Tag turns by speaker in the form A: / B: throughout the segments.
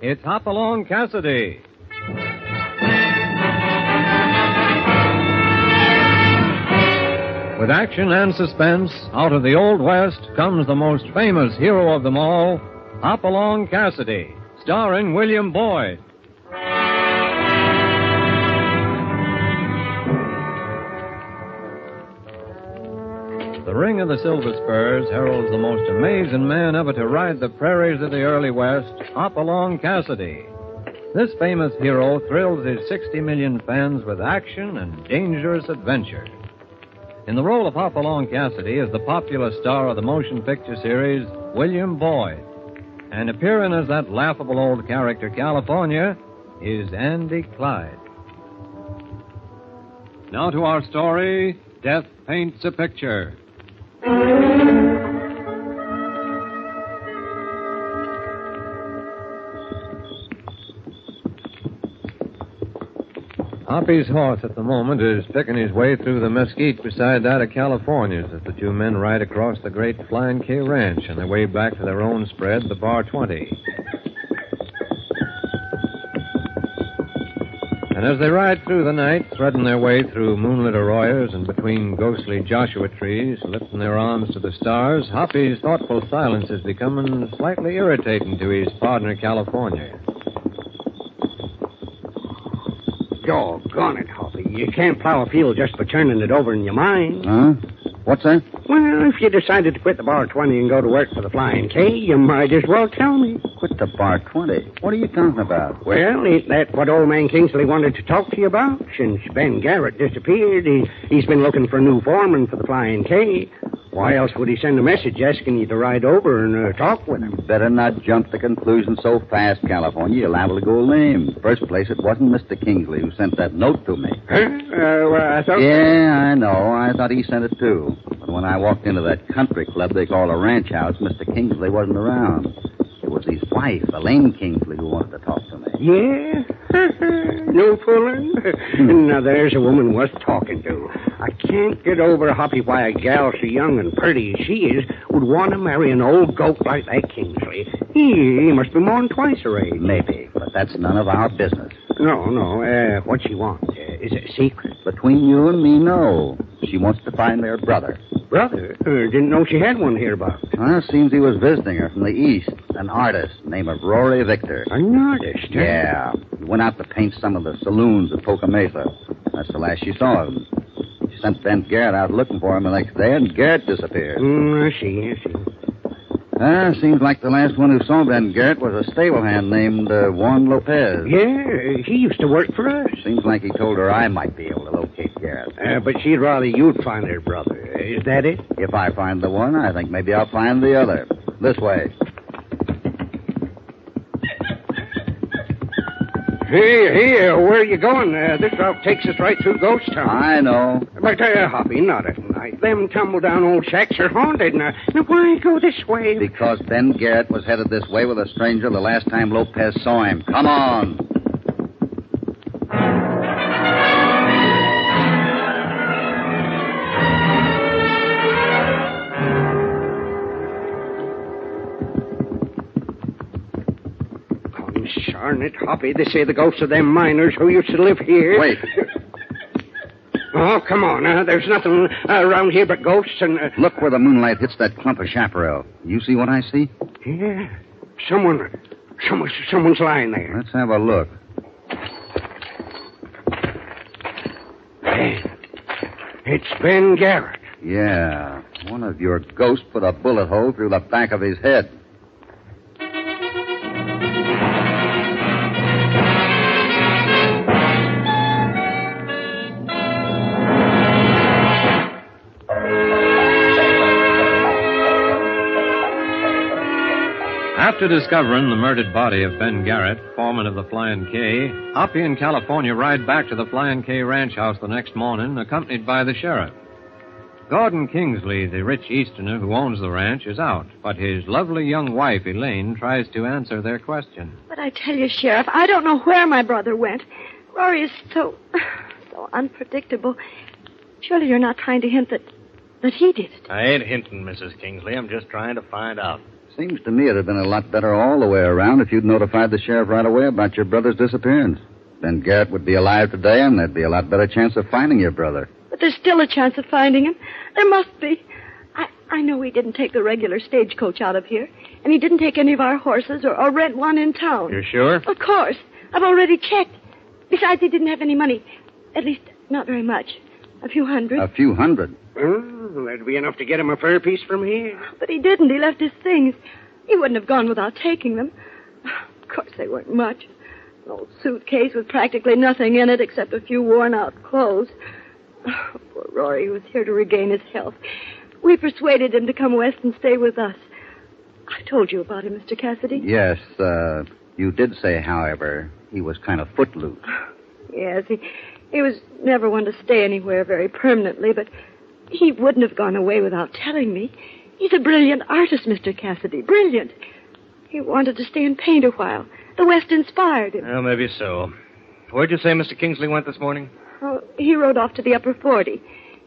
A: It's Hopalong Cassidy. With action and suspense, out of the Old West comes the most famous hero of them all, Hopalong Cassidy, starring William Boyd. The ring of the Silver Spurs heralds the most amazing man ever to ride the prairies of the early West, Hopalong Cassidy. This famous hero thrills his 60 million fans with action and dangerous adventure. In the role of Hopalong Cassidy is the popular star of the motion picture series, William Boyd. And appearing as that laughable old character, California, is Andy Clyde. Now to our story Death Paints a Picture. Hoppy's horse at the moment is picking his way through the mesquite beside that of California's as the two men ride across the great Flying K Ranch on their way back to their own spread, the Bar 20. And as they ride through the night, threading their way through moonlit arroyos and between ghostly Joshua trees, lifting their arms to the stars, Hoppy's thoughtful silence is becoming slightly irritating to his partner, California.
B: Doggone it, Hoppy. You can't plow a field just for turning it over in your mind.
C: Huh? What's that?
B: Well, if you decided to quit the bar 20 and go to work for the Flying K, you might as well tell me.
C: Quit the bar 20. What are you talking about?
B: Well, ain't that what old man Kingsley wanted to talk to you about? Since Ben Garrett disappeared, he, he's been looking for a new foreman for the Flying K. Why else would he send a message asking you to ride over and uh, talk with him?
C: You better not jump to conclusions so fast, California. You're liable to go lame. First place, it wasn't Mr. Kingsley who sent that note to me.
B: Huh? Uh, well, I thought...
C: Yeah, I know. I thought he sent it too. But when I walked into that country club they call a ranch house, Mr. Kingsley wasn't around. It was his wife, Elaine Kingsley, who wanted to talk to me.
B: Yeah? no fooling? now, there's a woman worth talking to. I can't get over, Hoppy, why a gal so young and pretty as she is would want to marry an old goat like that Kingsley. He, he must be more than twice her age.
C: Maybe, but that's none of our business.
B: No, no. Uh, what she wants? Uh, is it a secret?
C: Between you and me, no. She wants to find their brother.
B: Brother? Uh, didn't know she had one hereabouts.
C: Well, it seems he was visiting her from the east. An artist, name of Rory Victor.
B: An artist, huh?
C: Yeah. He went out to paint some of the saloons at Poca Mesa. That's the last she saw of him. She sent Ben Garrett out looking for him the next day, and Garrett disappeared.
B: Mm, I see, I see.
C: Ah, seems like the last one who saw Ben Garrett was a stable hand named uh, Juan Lopez.
B: Yeah, he used to work for us.
C: Seems like he told her I might be able to locate Garrett.
B: Uh, but she'd rather you'd find her brother. Is that it?
C: If I find the one, I think maybe I'll find the other. This way.
B: Here, here, where are you going? Uh, this route takes us right through Ghost Town.
C: I know.
B: But, uh, Hoppy, not at night. Them tumble-down old shacks are haunted. Now, now why go this way?
C: Because Ben Garrett was headed this way with a stranger the last time Lopez saw him. Come on.
B: Consarnate, Hoppy, they say the ghosts of them miners who used to live here.
C: Wait.
B: Oh, come on. Uh, there's nothing uh, around here but ghosts and... Uh,
C: Look where the moonlight hits that clump of chaparral. You see what I see?
B: yeah, someone... Someone, someone's lying there.
C: Let's have a look.
B: Hey, it's Ben Garrett.
C: Yeah. One of your ghosts put a bullet hole through the back of his head.
A: After discovering the murdered body of Ben Garrett, foreman of the Flying K, Hoppy and California ride back to the Flying K ranch house the next morning, accompanied by the sheriff. Gordon Kingsley, the rich Easterner who owns the ranch, is out, but his lovely young wife, Elaine, tries to answer their question.
D: But I tell you, Sheriff, I don't know where my brother went. Rory is so, so unpredictable. Surely you're not trying to hint that, that he did it.
E: I ain't hinting, Mrs. Kingsley. I'm just trying to find out.
C: Seems to me it'd have been a lot better all the way around if you'd notified the sheriff right away about your brother's disappearance. Then Garrett would be alive today, and there'd be a lot better chance of finding your brother.
D: But there's still a chance of finding him. There must be. I, I know he didn't take the regular stagecoach out of here, and he didn't take any of our horses or, or rent one in town.
E: You're sure?
D: Of course. I've already checked. Besides, he didn't have any money. At least, not very much. A few hundred.
C: A few hundred.
B: Well, that'd be enough to get him a fair piece from here.
D: But he didn't. He left his things. He wouldn't have gone without taking them. Of course, they weren't much. An old suitcase with practically nothing in it except a few worn out clothes. Oh, poor Rory was here to regain his health. We persuaded him to come west and stay with us. I told you about him, Mr. Cassidy.
C: Yes, uh, you did say, however, he was kind of footloose.
D: Yes, he, he was never one to stay anywhere very permanently, but he wouldn't have gone away without telling me. He's a brilliant artist, Mr. Cassidy. Brilliant. He wanted to stay and paint a while. The West inspired him.
E: Well, maybe so. Where'd you say Mr. Kingsley went this morning?
D: Oh, he rode off to the upper 40.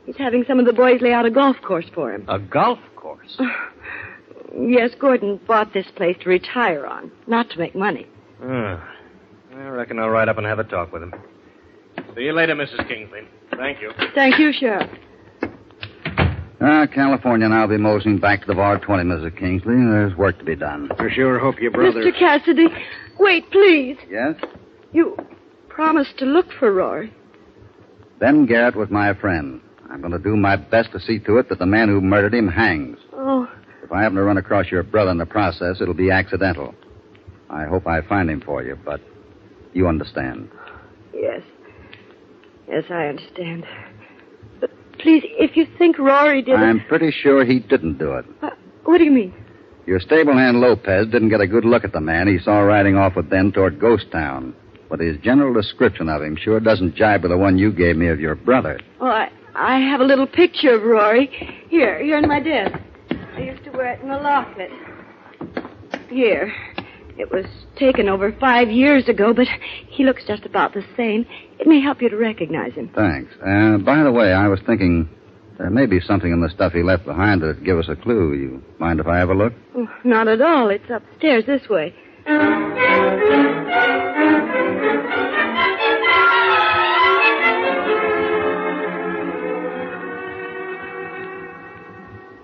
D: He's having some of the boys lay out a golf course for him.
E: A golf course.
D: Yes, Gordon bought this place to retire on, not to make money.
E: Ah. I reckon I'll ride up and have a talk with him. See you later, Mrs. Kingsley. Thank you.
D: Thank you, Sheriff.
C: Ah, California and I'll be moseying back to the bar 20, Mrs. Kingsley. There's work to be done.
B: I sure hope your brother.
D: Mr. Cassidy, wait, please.
C: Yes?
D: You promised to look for Rory.
C: Ben Garrett was my friend. I'm going to do my best to see to it that the man who murdered him hangs.
D: Oh,
C: If I happen to run across your brother in the process, it'll be accidental. I hope I find him for you, but you understand.
D: yes. Yes, I understand. But please, if you think Rory did
C: I'm pretty sure he didn't do it.
D: it. Uh, what do you mean?
C: Your stable hand Lopez didn't get a good look at the man he saw riding off with Ben toward Ghost Town, but his general description of him sure doesn't jibe with the one you gave me of your brother.
D: Oh, I, I have a little picture of Rory. Here, here in my desk. I used to wear it in the locket. Here. It was taken over five years ago, but he looks just about the same. It may help you to recognize him.
C: Thanks. Uh, by the way, I was thinking there may be something in the stuff he left behind that'd give us a clue. You mind if I have a look?
D: Oh, not at all. It's upstairs this way.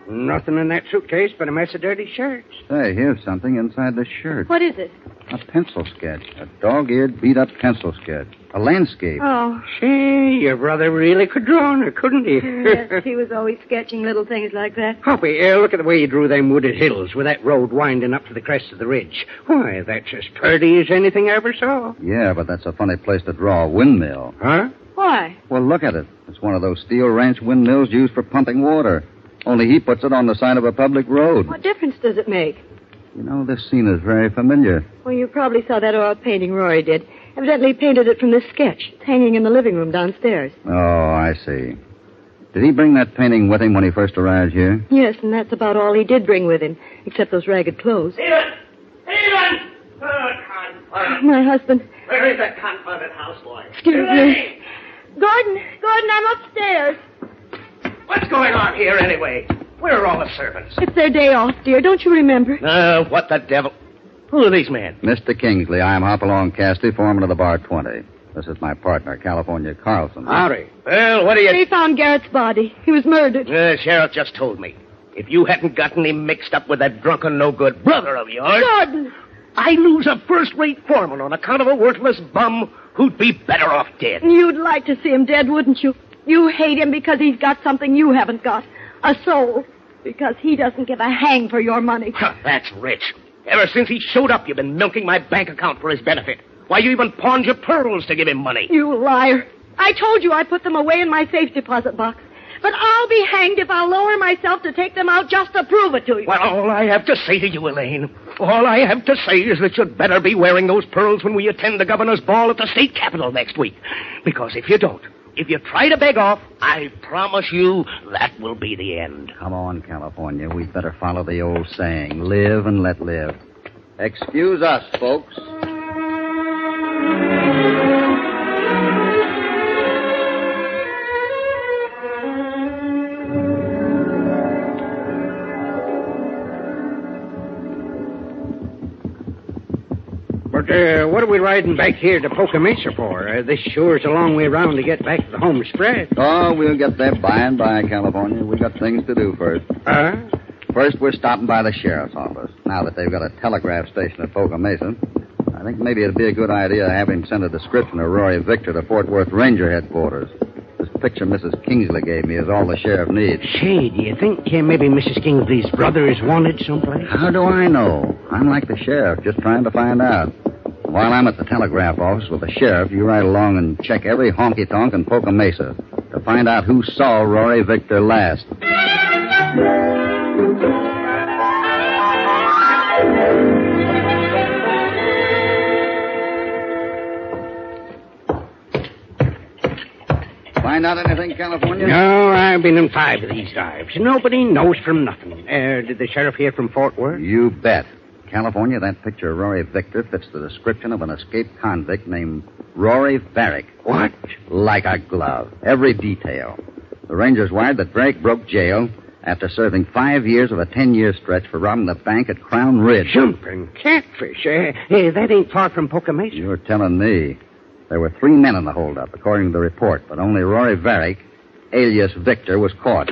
B: Nothing in that suitcase but a mess of dirty shirts.
C: Hey, here's something inside the shirt.
D: What is it?
C: A pencil sketch. A dog-eared, beat-up pencil sketch. A landscape.
D: Oh,
B: Say, your brother really could draw, now, couldn't he?
D: yes, he was always sketching little things like that.
B: Hoppy, uh, look at the way you drew them wooded hills with that road winding up to the crest of the ridge. Why, that's as purty as anything I ever saw.
C: Yeah, but that's a funny place to draw a windmill.
B: Huh?
D: Why?
C: Well, look at it. It's one of those steel ranch windmills used for pumping water. Only he puts it on the side of a public road.
D: What difference does it make?
C: You know, this scene is very familiar.
D: Well, you probably saw that oil painting Rory did. Evidently he painted it from this sketch. It's hanging in the living room downstairs.
C: Oh, I see. Did he bring that painting with him when he first arrived here?
D: Yes, and that's about all he did bring with him, except those ragged clothes.
F: Stephen! Stephen! Oh, confound it.
D: My husband.
F: Where is that confounded house lawyer?
D: Excuse me. Gordon, Gordon, I'm upstairs.
F: What's going on here anyway? Where are all the servants?
D: It's their day off, dear. Don't you remember?
F: Uh, what the devil? Who are these men?
C: Mr. Kingsley, I am Hopalong Cassidy, foreman of the Bar 20. This is my partner, California Carlson.
B: Howdy.
F: Well, what are you...
D: They found Garrett's body. He was murdered.
F: The sheriff just told me. If you hadn't gotten him mixed up with that drunken, no-good brother of yours,
D: Gordon!
F: I lose a first-rate foreman on account of a worthless bum who'd be better off dead.
D: You'd like to see him dead, wouldn't you? You hate him because he's got something you haven't got a soul. Because he doesn't give a hang for your money.
F: Huh, that's rich. Ever since he showed up, you've been milking my bank account for his benefit. Why, you even pawned your pearls to give him money.
D: You liar. I told you I put them away in my safe deposit box. But I'll be hanged if I'll lower myself to take them out just to prove it to you.
F: Well, all I have to say to you, Elaine, all I have to say is that you'd better be wearing those pearls when we attend the governor's ball at the state capitol next week. Because if you don't, if you try to beg off, I promise you that will be the end.
C: Come on, California. We'd better follow the old saying live and let live. Excuse us, folks.
B: But uh, what are we riding back here to Poca Mesa for? Uh, this sure is a long way round to get back to the home spread.
C: Oh, we'll get there by and by, California. We got things to do first.
B: Huh?
C: First, we're stopping by the sheriff's office. Now that they've got a telegraph station at Poca Mesa, I think maybe it'd be a good idea to have him send a description of Rory Victor to Fort Worth Ranger headquarters. This picture Mrs. Kingsley gave me is all the sheriff needs.
B: Say, do you think uh, maybe Mrs. Kingsley's brother is wanted someplace?
C: How do I know? I'm like the sheriff, just trying to find out. While I'm at the telegraph office with the sheriff, you ride along and check every honky tonk in Poca Mesa to find out who saw Rory Victor last. Find out anything, California?
B: No, I've been in five of these dives. Nobody knows from nothing. Uh, did the sheriff hear from Fort Worth?
C: You bet. California, that picture of Rory Victor fits the description of an escaped convict named Rory Varick.
B: What?
C: Like a glove. Every detail. The Rangers wired that Varick broke jail after serving five years of a ten year stretch for robbing the bank at Crown Ridge.
B: Jumping catfish. Uh, hey, that ain't far from Poca Mesa.
C: You're telling me. There were three men in the holdup, according to the report, but only Rory Varick, alias Victor, was caught.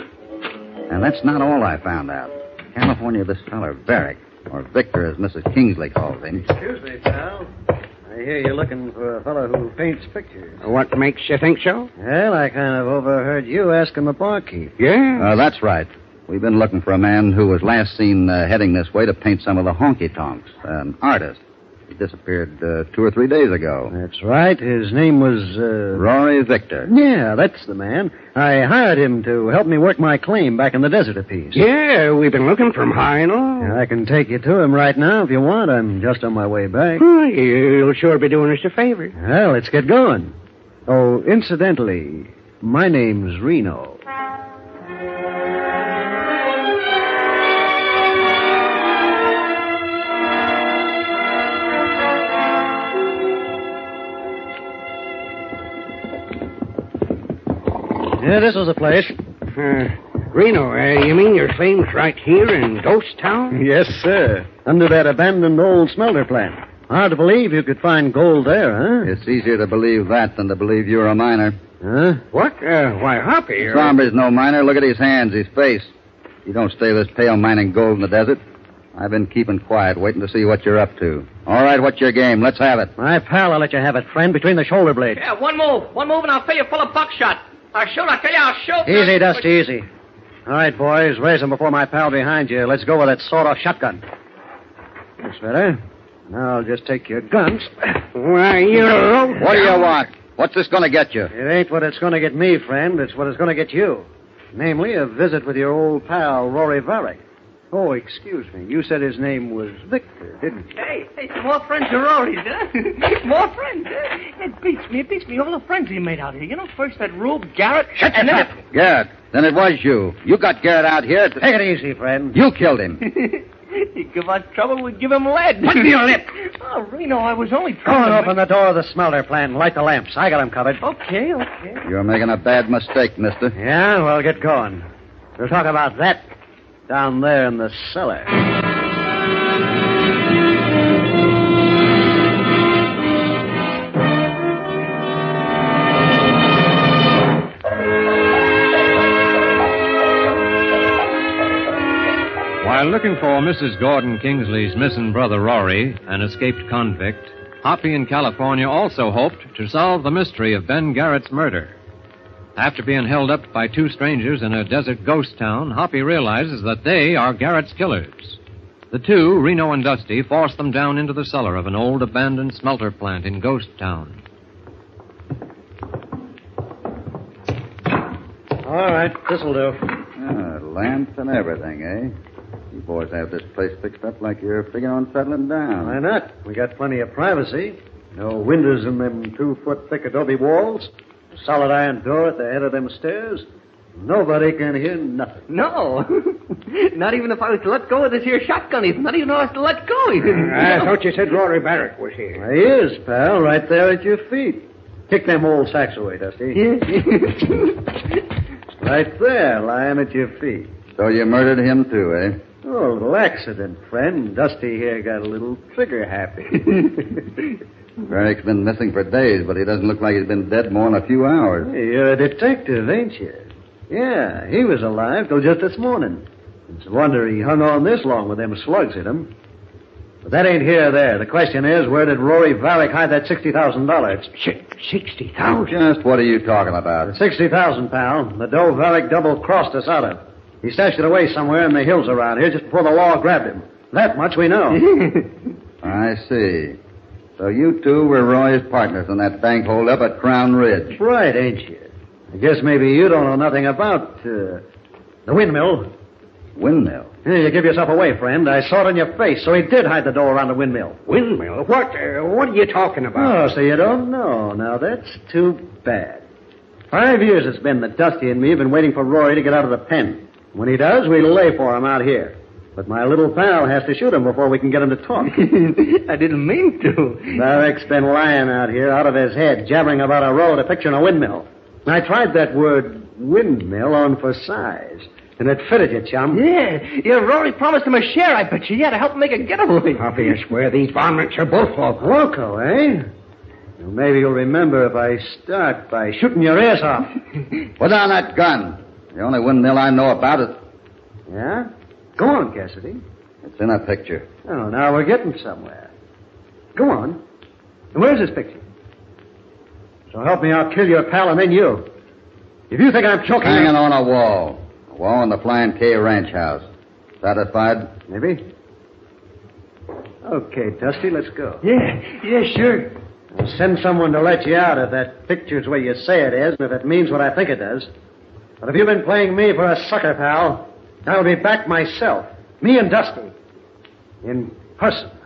C: And that's not all I found out. California, this feller, Varick, or Victor as Mrs. Kingsley calls him,
G: Excuse me, pal. I hear you're looking for a fellow who paints pictures.
B: What makes you think so?
G: Well, I kind of overheard you asking the barkeep.
B: Yeah.
C: Uh, that's right. We've been looking for a man who was last seen uh, heading this way to paint some of the honky tonks. An artist. He disappeared uh, two or three days ago.
G: That's right. His name was. Uh...
C: Rory Victor.
G: Yeah, that's the man. I hired him to help me work my claim back in the desert a piece.
B: yeah, we've been looking from high and low.
G: And I can take you to him right now if you want. I'm just on my way back.
B: Well, you'll sure be doing us a favor.
G: Well, let's get going. Oh, incidentally, my name's Reno. Yeah, this was a place.
B: Uh, Reno, uh, you mean your claim's right here in Ghost Town?
G: Yes, sir. Under that abandoned old smelter plant. Hard to believe you could find gold there, huh?
C: It's easier to believe that than to believe you're a miner.
G: Huh?
B: What? Uh, why, Hoppy.
C: This
B: uh,
C: Bomber's no miner. Look at his hands, his face. You don't stay this pale mining gold in the desert. I've been keeping quiet, waiting to see what you're up to. All right, what's your game? Let's have it.
G: My pal, I'll let you have it, friend, between the shoulder blades.
H: Yeah, one move. One move, and I'll fill you full of buckshot. I'll shoot, I tell you, I'll shoot.
G: Easy, Dusty, easy. All right, boys, raise him before my pal behind you. Let's go with that sawed-off shotgun. That's better. Now I'll just take your guns.
B: Why, you're a low
C: What do you want? What's this going to get you?
G: It ain't what it's going to get me, friend. It's what it's going to get you. Namely, a visit with your old pal, Rory Varick. Oh, excuse me. You said his name was Victor, didn't you?
H: Hey, hey, some more friends are already, huh? more friends. huh? It beats me. It beats me. All the friends he made out here. You know, first that Rube Garrett. Shut and then
C: Garrett. Then it was you. You got Garrett out here. To...
G: Take it easy, friend.
C: You killed him.
H: it- You give us trouble, we give him lead.
B: Put me on lip.
H: Oh, Reno, I was only
G: Go and
H: trying to...
G: open the door of the smelter plant and light the lamps. I got 'em covered.
H: Okay, okay.
C: You're making a bad mistake, mister.
G: Yeah, well, get going. We'll talk about that down there in the cellar.
A: While looking for Mrs. Gordon Kingsley's missing brother Rory, an escaped convict, Hoppy in California also hoped to solve the mystery of Ben Garrett's murder. After being held up by two strangers in a desert ghost town, Hoppy realizes that they are Garrett's killers. The two, Reno and Dusty, force them down into the cellar of an old abandoned smelter plant in Ghost Town.
G: All right, this'll do.
C: Ah, lamps and everything, eh? You boys have this place fixed up like you're figuring on settling
G: Why
C: down.
G: not? We got plenty of privacy. No windows in them two foot thick adobe walls. Solid iron door at the head of them stairs. Nobody can hear nothing.
H: No. not even if I was to let go of this here shotgun, even. Not even if I was to let go, even.
B: Uh, I thought you said Rory Barrett was here.
G: There he is, pal, right there at your feet. Kick them old sacks away, Dusty. Right there, lying at your feet.
C: So you murdered him, too, eh?
G: Oh, little accident, friend. Dusty here got a little trigger happy.
C: Varick's been missing for days, but he doesn't look like he's been dead more than a few hours.
G: Hey, you're a detective, ain't you? Yeah, he was alive till just this morning. It's a wonder he hung on this long with them slugs in him. But that ain't here or there. The question is, where did Rory Varick hide that sixty thousand dollars?
B: Sixty thousand.
C: Just what are you talking about?
G: Sixty thousand, pal. The dough Varick double crossed us out of. He stashed it away somewhere in the hills around here just before the law grabbed him. That much we know.
C: I see. So you two were Roy's partners in that bank holdup at Crown Ridge.
G: right, ain't you? I guess maybe you don't know nothing about uh, the windmill.
C: Windmill.
G: Hey, you give yourself away, friend. I saw it in your face, so he did hide the door around the windmill.
B: Windmill? What? Uh, what are you talking about?
G: Oh, so you don't know. Now, that's too bad. Five years it's been that Dusty and me have been waiting for Rory to get out of the pen. When he does, we lay for him out here. But my little pal has to shoot him before we can get him to talk.
B: Oh,
I: I didn't mean to.
G: Barek's been lying out here, out of his head, jabbering about a road, a picture, and a windmill. I tried that word windmill on for size, and it fitted you, chum.
I: Yeah, yeah, Rory promised him a share, I bet you. Yeah, to help make a getaway.
B: Obvious where these varmints are both of.
G: Loco, eh? Well, maybe you'll remember if I start by shooting your ears off.
C: Put down that gun. The only windmill I know about it.
G: Yeah? Go on, Cassidy.
C: It's in a picture.
G: Oh, now we're getting somewhere. Go on. Where's this picture? So help me, I'll kill your pal and then you. If you think I'm choking,
C: Hanging on a wall. A wall in the Flying K ranch house. Satisfied?
G: maybe. Okay, Dusty, let's go.
I: Yeah, yeah, sure.
G: I'll send someone to let you out if that picture's where you say it is, and if it means what I think it does. But if you've been playing me for a sucker, pal, I'll be back myself. Me and Dusty. In person.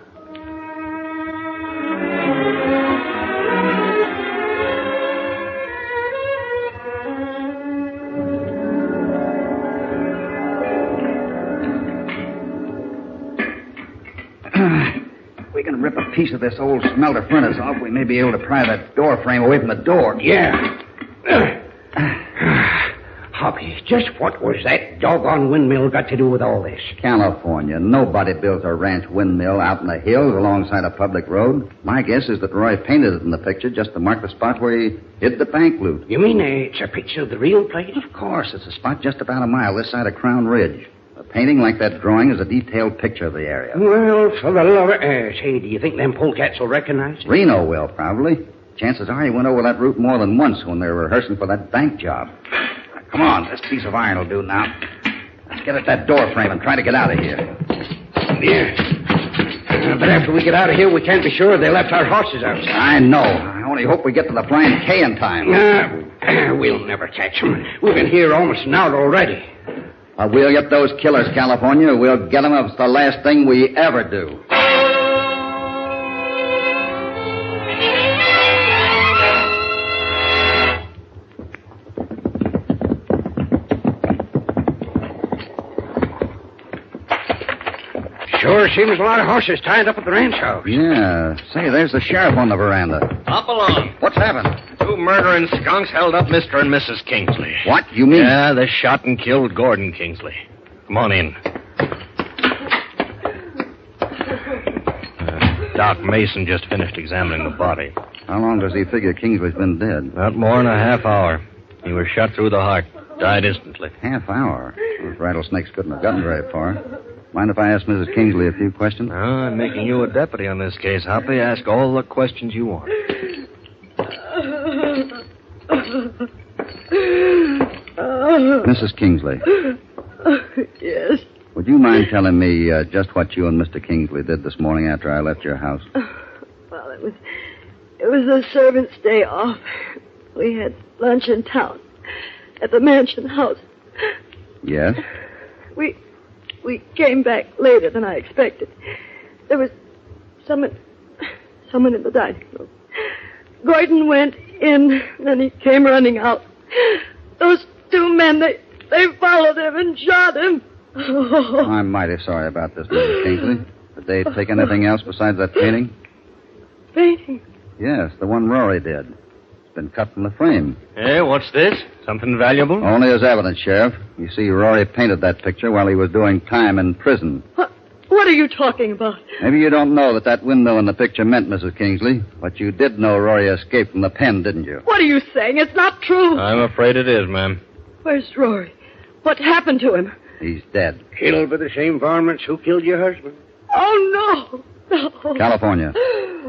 C: we can rip a piece of this old smelter furnace off. We may be able to pry that door frame away from the door.
B: Yeah. Hoppy, just what was that doggone windmill got to do with all this?
C: California. Nobody builds a ranch windmill out in the hills alongside a public road. My guess is that Roy painted it in the picture just to mark the spot where he hid the bank loot.
B: You mean uh, it's a picture of the real place?
C: Of course, it's a spot just about a mile this side of Crown Ridge. A painting like that drawing is a detailed picture of the area.
B: Well, for the love of... Uh, say, do you think them polecats will recognize it?
C: Reno will, probably. Chances are he went over that route more than once when they were rehearsing for that bank job. Now, Come on, this piece of iron will do now. Let's get at that door frame and try to get out of here.
B: Yeah. Uh, but after we get out of here, we can't be sure they left our horses outside.
C: I know. I only hope we get to the flying K in time.
B: Uh, we'll never catch them. We've been here almost an hour already.
C: Uh, we'll get those killers, California. We'll get them if it's the last thing we ever do.
B: Sure seems a lot of horses tied up at the ranch house.
C: Yeah. Say, there's the sheriff on the veranda.
F: Hop along.
C: What's happened?
F: Two murdering skunks held up Mr. and Mrs. Kingsley.
C: What? You mean?
F: Yeah, they shot and killed Gordon Kingsley. Come on in. Uh, Doc Mason just finished examining the body.
C: How long does he figure Kingsley's been dead?
F: Not more than a half hour. He was shot through the heart. Died instantly.
C: Half hour. Those rattlesnakes couldn't have gotten very far. Mind if I ask Mrs. Kingsley a few questions?
F: Now, I'm making you a deputy on this case, Hoppy. Ask all the questions you want.
C: Mrs. Kingsley,
D: Yes.
C: would you mind telling me uh, just what you and Mr. Kingsley did this morning after I left your house?
D: Well, it was it was the servants' day off. We had lunch in town at the mansion house.
C: Yes?
D: We we came back later than I expected. There was someone someone in the dining room. Gordon went in, then he came running out. Those two men they they followed him and shot him. Oh,
C: I'm mighty sorry about this, Mrs. Kingsley. Did they take anything else besides that painting?
D: Painting.
C: Yes, the one Rory did. been cut from the frame.
F: Hey, Eh, what's this? Something valuable?
C: Only as evidence, Sheriff. You see, Rory painted that picture while he was doing time in prison.
D: What, what are you talking about?
C: Maybe you don't know that that window in the picture meant Mrs. Kingsley, but you did know Rory escaped from the pen, didn't you?
D: What are you saying? It's not
A: Uh.
D: true.
F: I'm afraid it is, ma'am.
D: Where's Rory? What happened to him?
C: He's dead.
B: Killed by the same varmints who killed your husband.
D: Oh, no. Oh. No.
C: California.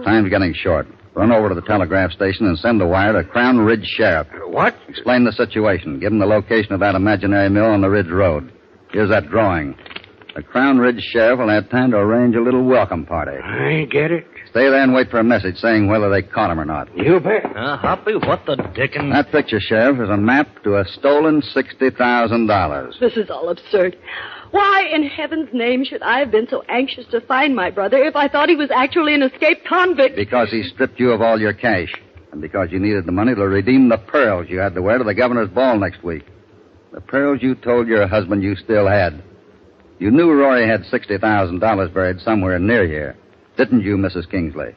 C: Time's getting short. Run over to the telegraph station and send a wire to Crown Ridge Sheriff.
B: What?
C: Explain the situation. Give him the location of that imaginary mill on the Ridge Road. Here's that drawing. The Crown Ridge Sheriff will have time to arrange a little welcome party.
B: I get it.
C: Stay there and wait for a message saying whether they caught him or not.
B: You bet.
F: Uh, Hoppy, what the dickens?
C: That picture, Sheriff, is a map to a stolen $60,000.
D: This is all absurd. Why in heaven's name should I have been so anxious to find my brother if I thought he was actually an escaped convict?
C: Because he stripped you of all your cash. And because you needed the money to redeem the pearls you had to wear to the governor's ball next week. The pearls you told your husband you still had. You knew Rory had $60,000 buried somewhere near here. Didn't you, Mrs. Kingsley?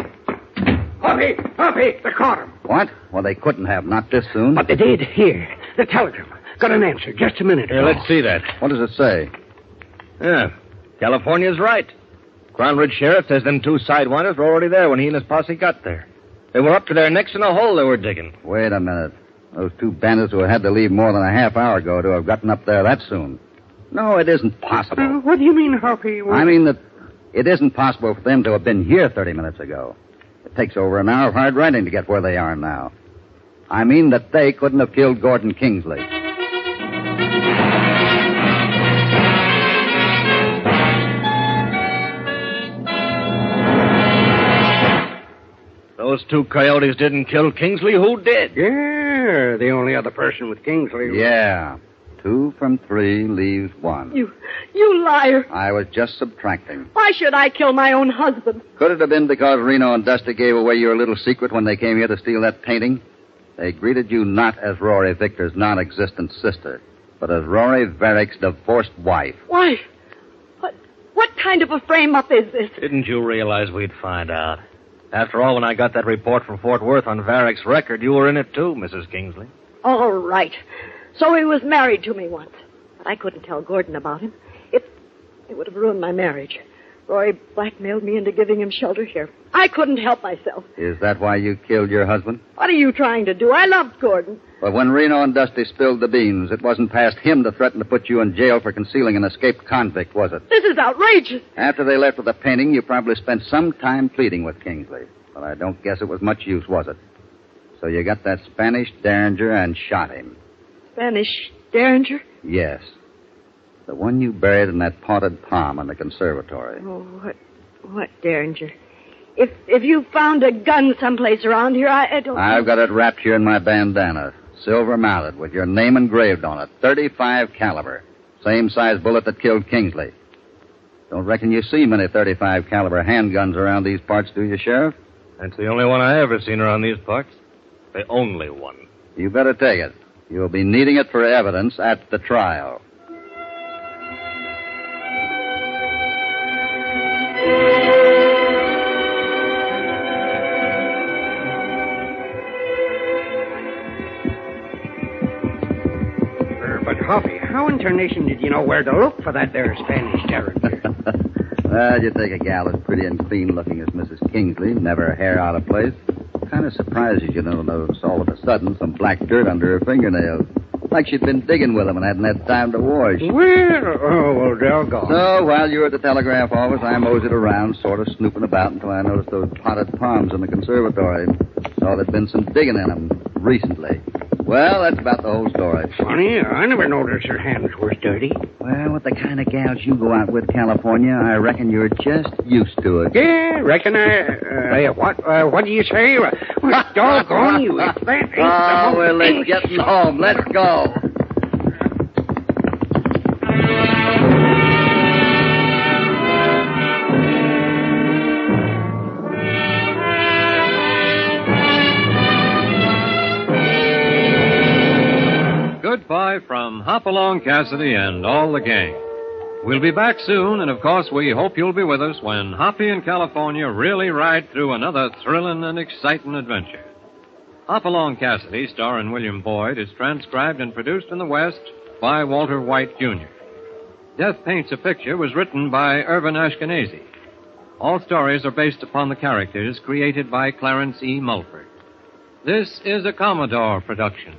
B: Hoppy! Hoppy! They caught him.
C: What? Well, they couldn't have. Not this soon.
B: But they did. Here. The telegram. Got an answer just a minute
F: Here,
B: ago.
F: let's see that.
C: What does it say?
F: Yeah. California's right. Crown Ridge Sheriff says them two sidewinders were already there when he and his posse got there. They were up to their necks in a hole they were digging.
C: Wait a minute. Those two bandits who had to leave more than a half hour ago to have gotten up there that soon. No, it isn't
B: Uh,
C: possible.
B: what do you mean, Hoppy?
C: I mean that it isn't possible for them to have been here 30 minutes ago. It takes over an hour of hard riding to get where they are now. I mean that they couldn't have killed Gordon Kingsley.
F: Those two coyotes didn't kill Kingsley. Who did?
B: Yeah, the only other person with Kingsley.
C: Yeah. Two from three leaves one.
D: You, you liar.
C: I was just subtracting.
D: Why should I kill my own husband?
C: Could it have been because Reno and Dusty gave away your little secret when they came here to steal that painting? They greeted you not as Rory Victor's non existent sister, but as Rory Varick's divorced wife.
D: Why? What, what kind of a frame-up is this?
F: Didn't you realize we'd find out? After all, when I got that report from Fort Worth on Varick's record, you were in it too, Mrs. Kingsley.
D: All right. So he was married to me once. But I couldn't tell Gordon about him. It, it would have ruined my marriage. Roy blackmailed me into giving him shelter here. I couldn't help myself.
C: Is that why you killed your husband?
D: What are you trying to do? I loved Gordon.
C: But when Reno and Dusty spilled the beans, it wasn't past him to threaten to put you in jail for concealing an escaped convict, was it?
D: This is outrageous.
C: After they left with the painting, you probably spent some time pleading with Kingsley. But I don't guess it was much use, was it? So you got that Spanish Derringer and shot him.
D: Spanish Derringer?
C: Yes. The one you buried in that potted palm in the conservatory.
D: Oh, what, what Derringer? If if you found a gun someplace around here, I, I don't.
C: I've got it wrapped here in my bandana, silver mounted, with your name engraved on it. 35 caliber. Same size bullet that killed Kingsley. Don't reckon you see many 35 caliber handguns around these parts, do you, Sheriff?
F: That's the only one I ever seen around these parts. The only one.
C: You better take it. You'll be needing it for evidence at the trial.
B: But, Hoppy, how in tarnation did you know where to look for that there Spanish Derringer?
C: well, you take a gal as pretty and clean looking as Mrs. Kingsley, never a hair out of place. Kind of surprises you to notice all of a sudden some black dirt under her fingernails. Like she'd been digging with them and hadn't had time to wash.
B: well, oh, well, doggone.
C: So while you were at the telegraph office, I moseyed around, sort of snooping about until I noticed those potted palms in the conservatory. Saw there'd been some digging in them recently. Well, that's about the whole story.
B: Funny, I never noticed her hands were dirty.
C: Well, with the kind of gals you go out with, California, I reckon you're just used to it.
B: Yeah, reckon I. Uh, uh, what? Uh, what do you say? Well, doggone you! If that ain't
C: Oh,
B: the
C: well,
B: most
C: they're getting home. Let's go.
E: Good
A: Goodbye from Hopalong Cassidy and all the gang. We'll be back soon, and of course, we hope you'll be with us when Hoppy and California really ride through another thrilling and exciting adventure. Hopalong Cassidy, starring William Boyd, is transcribed and produced in the West by Walter White, Jr. Death Paints a Picture was written by Irvin Ashkenazi. All stories are based upon the characters created by Clarence E. Mulford. This is a Commodore production.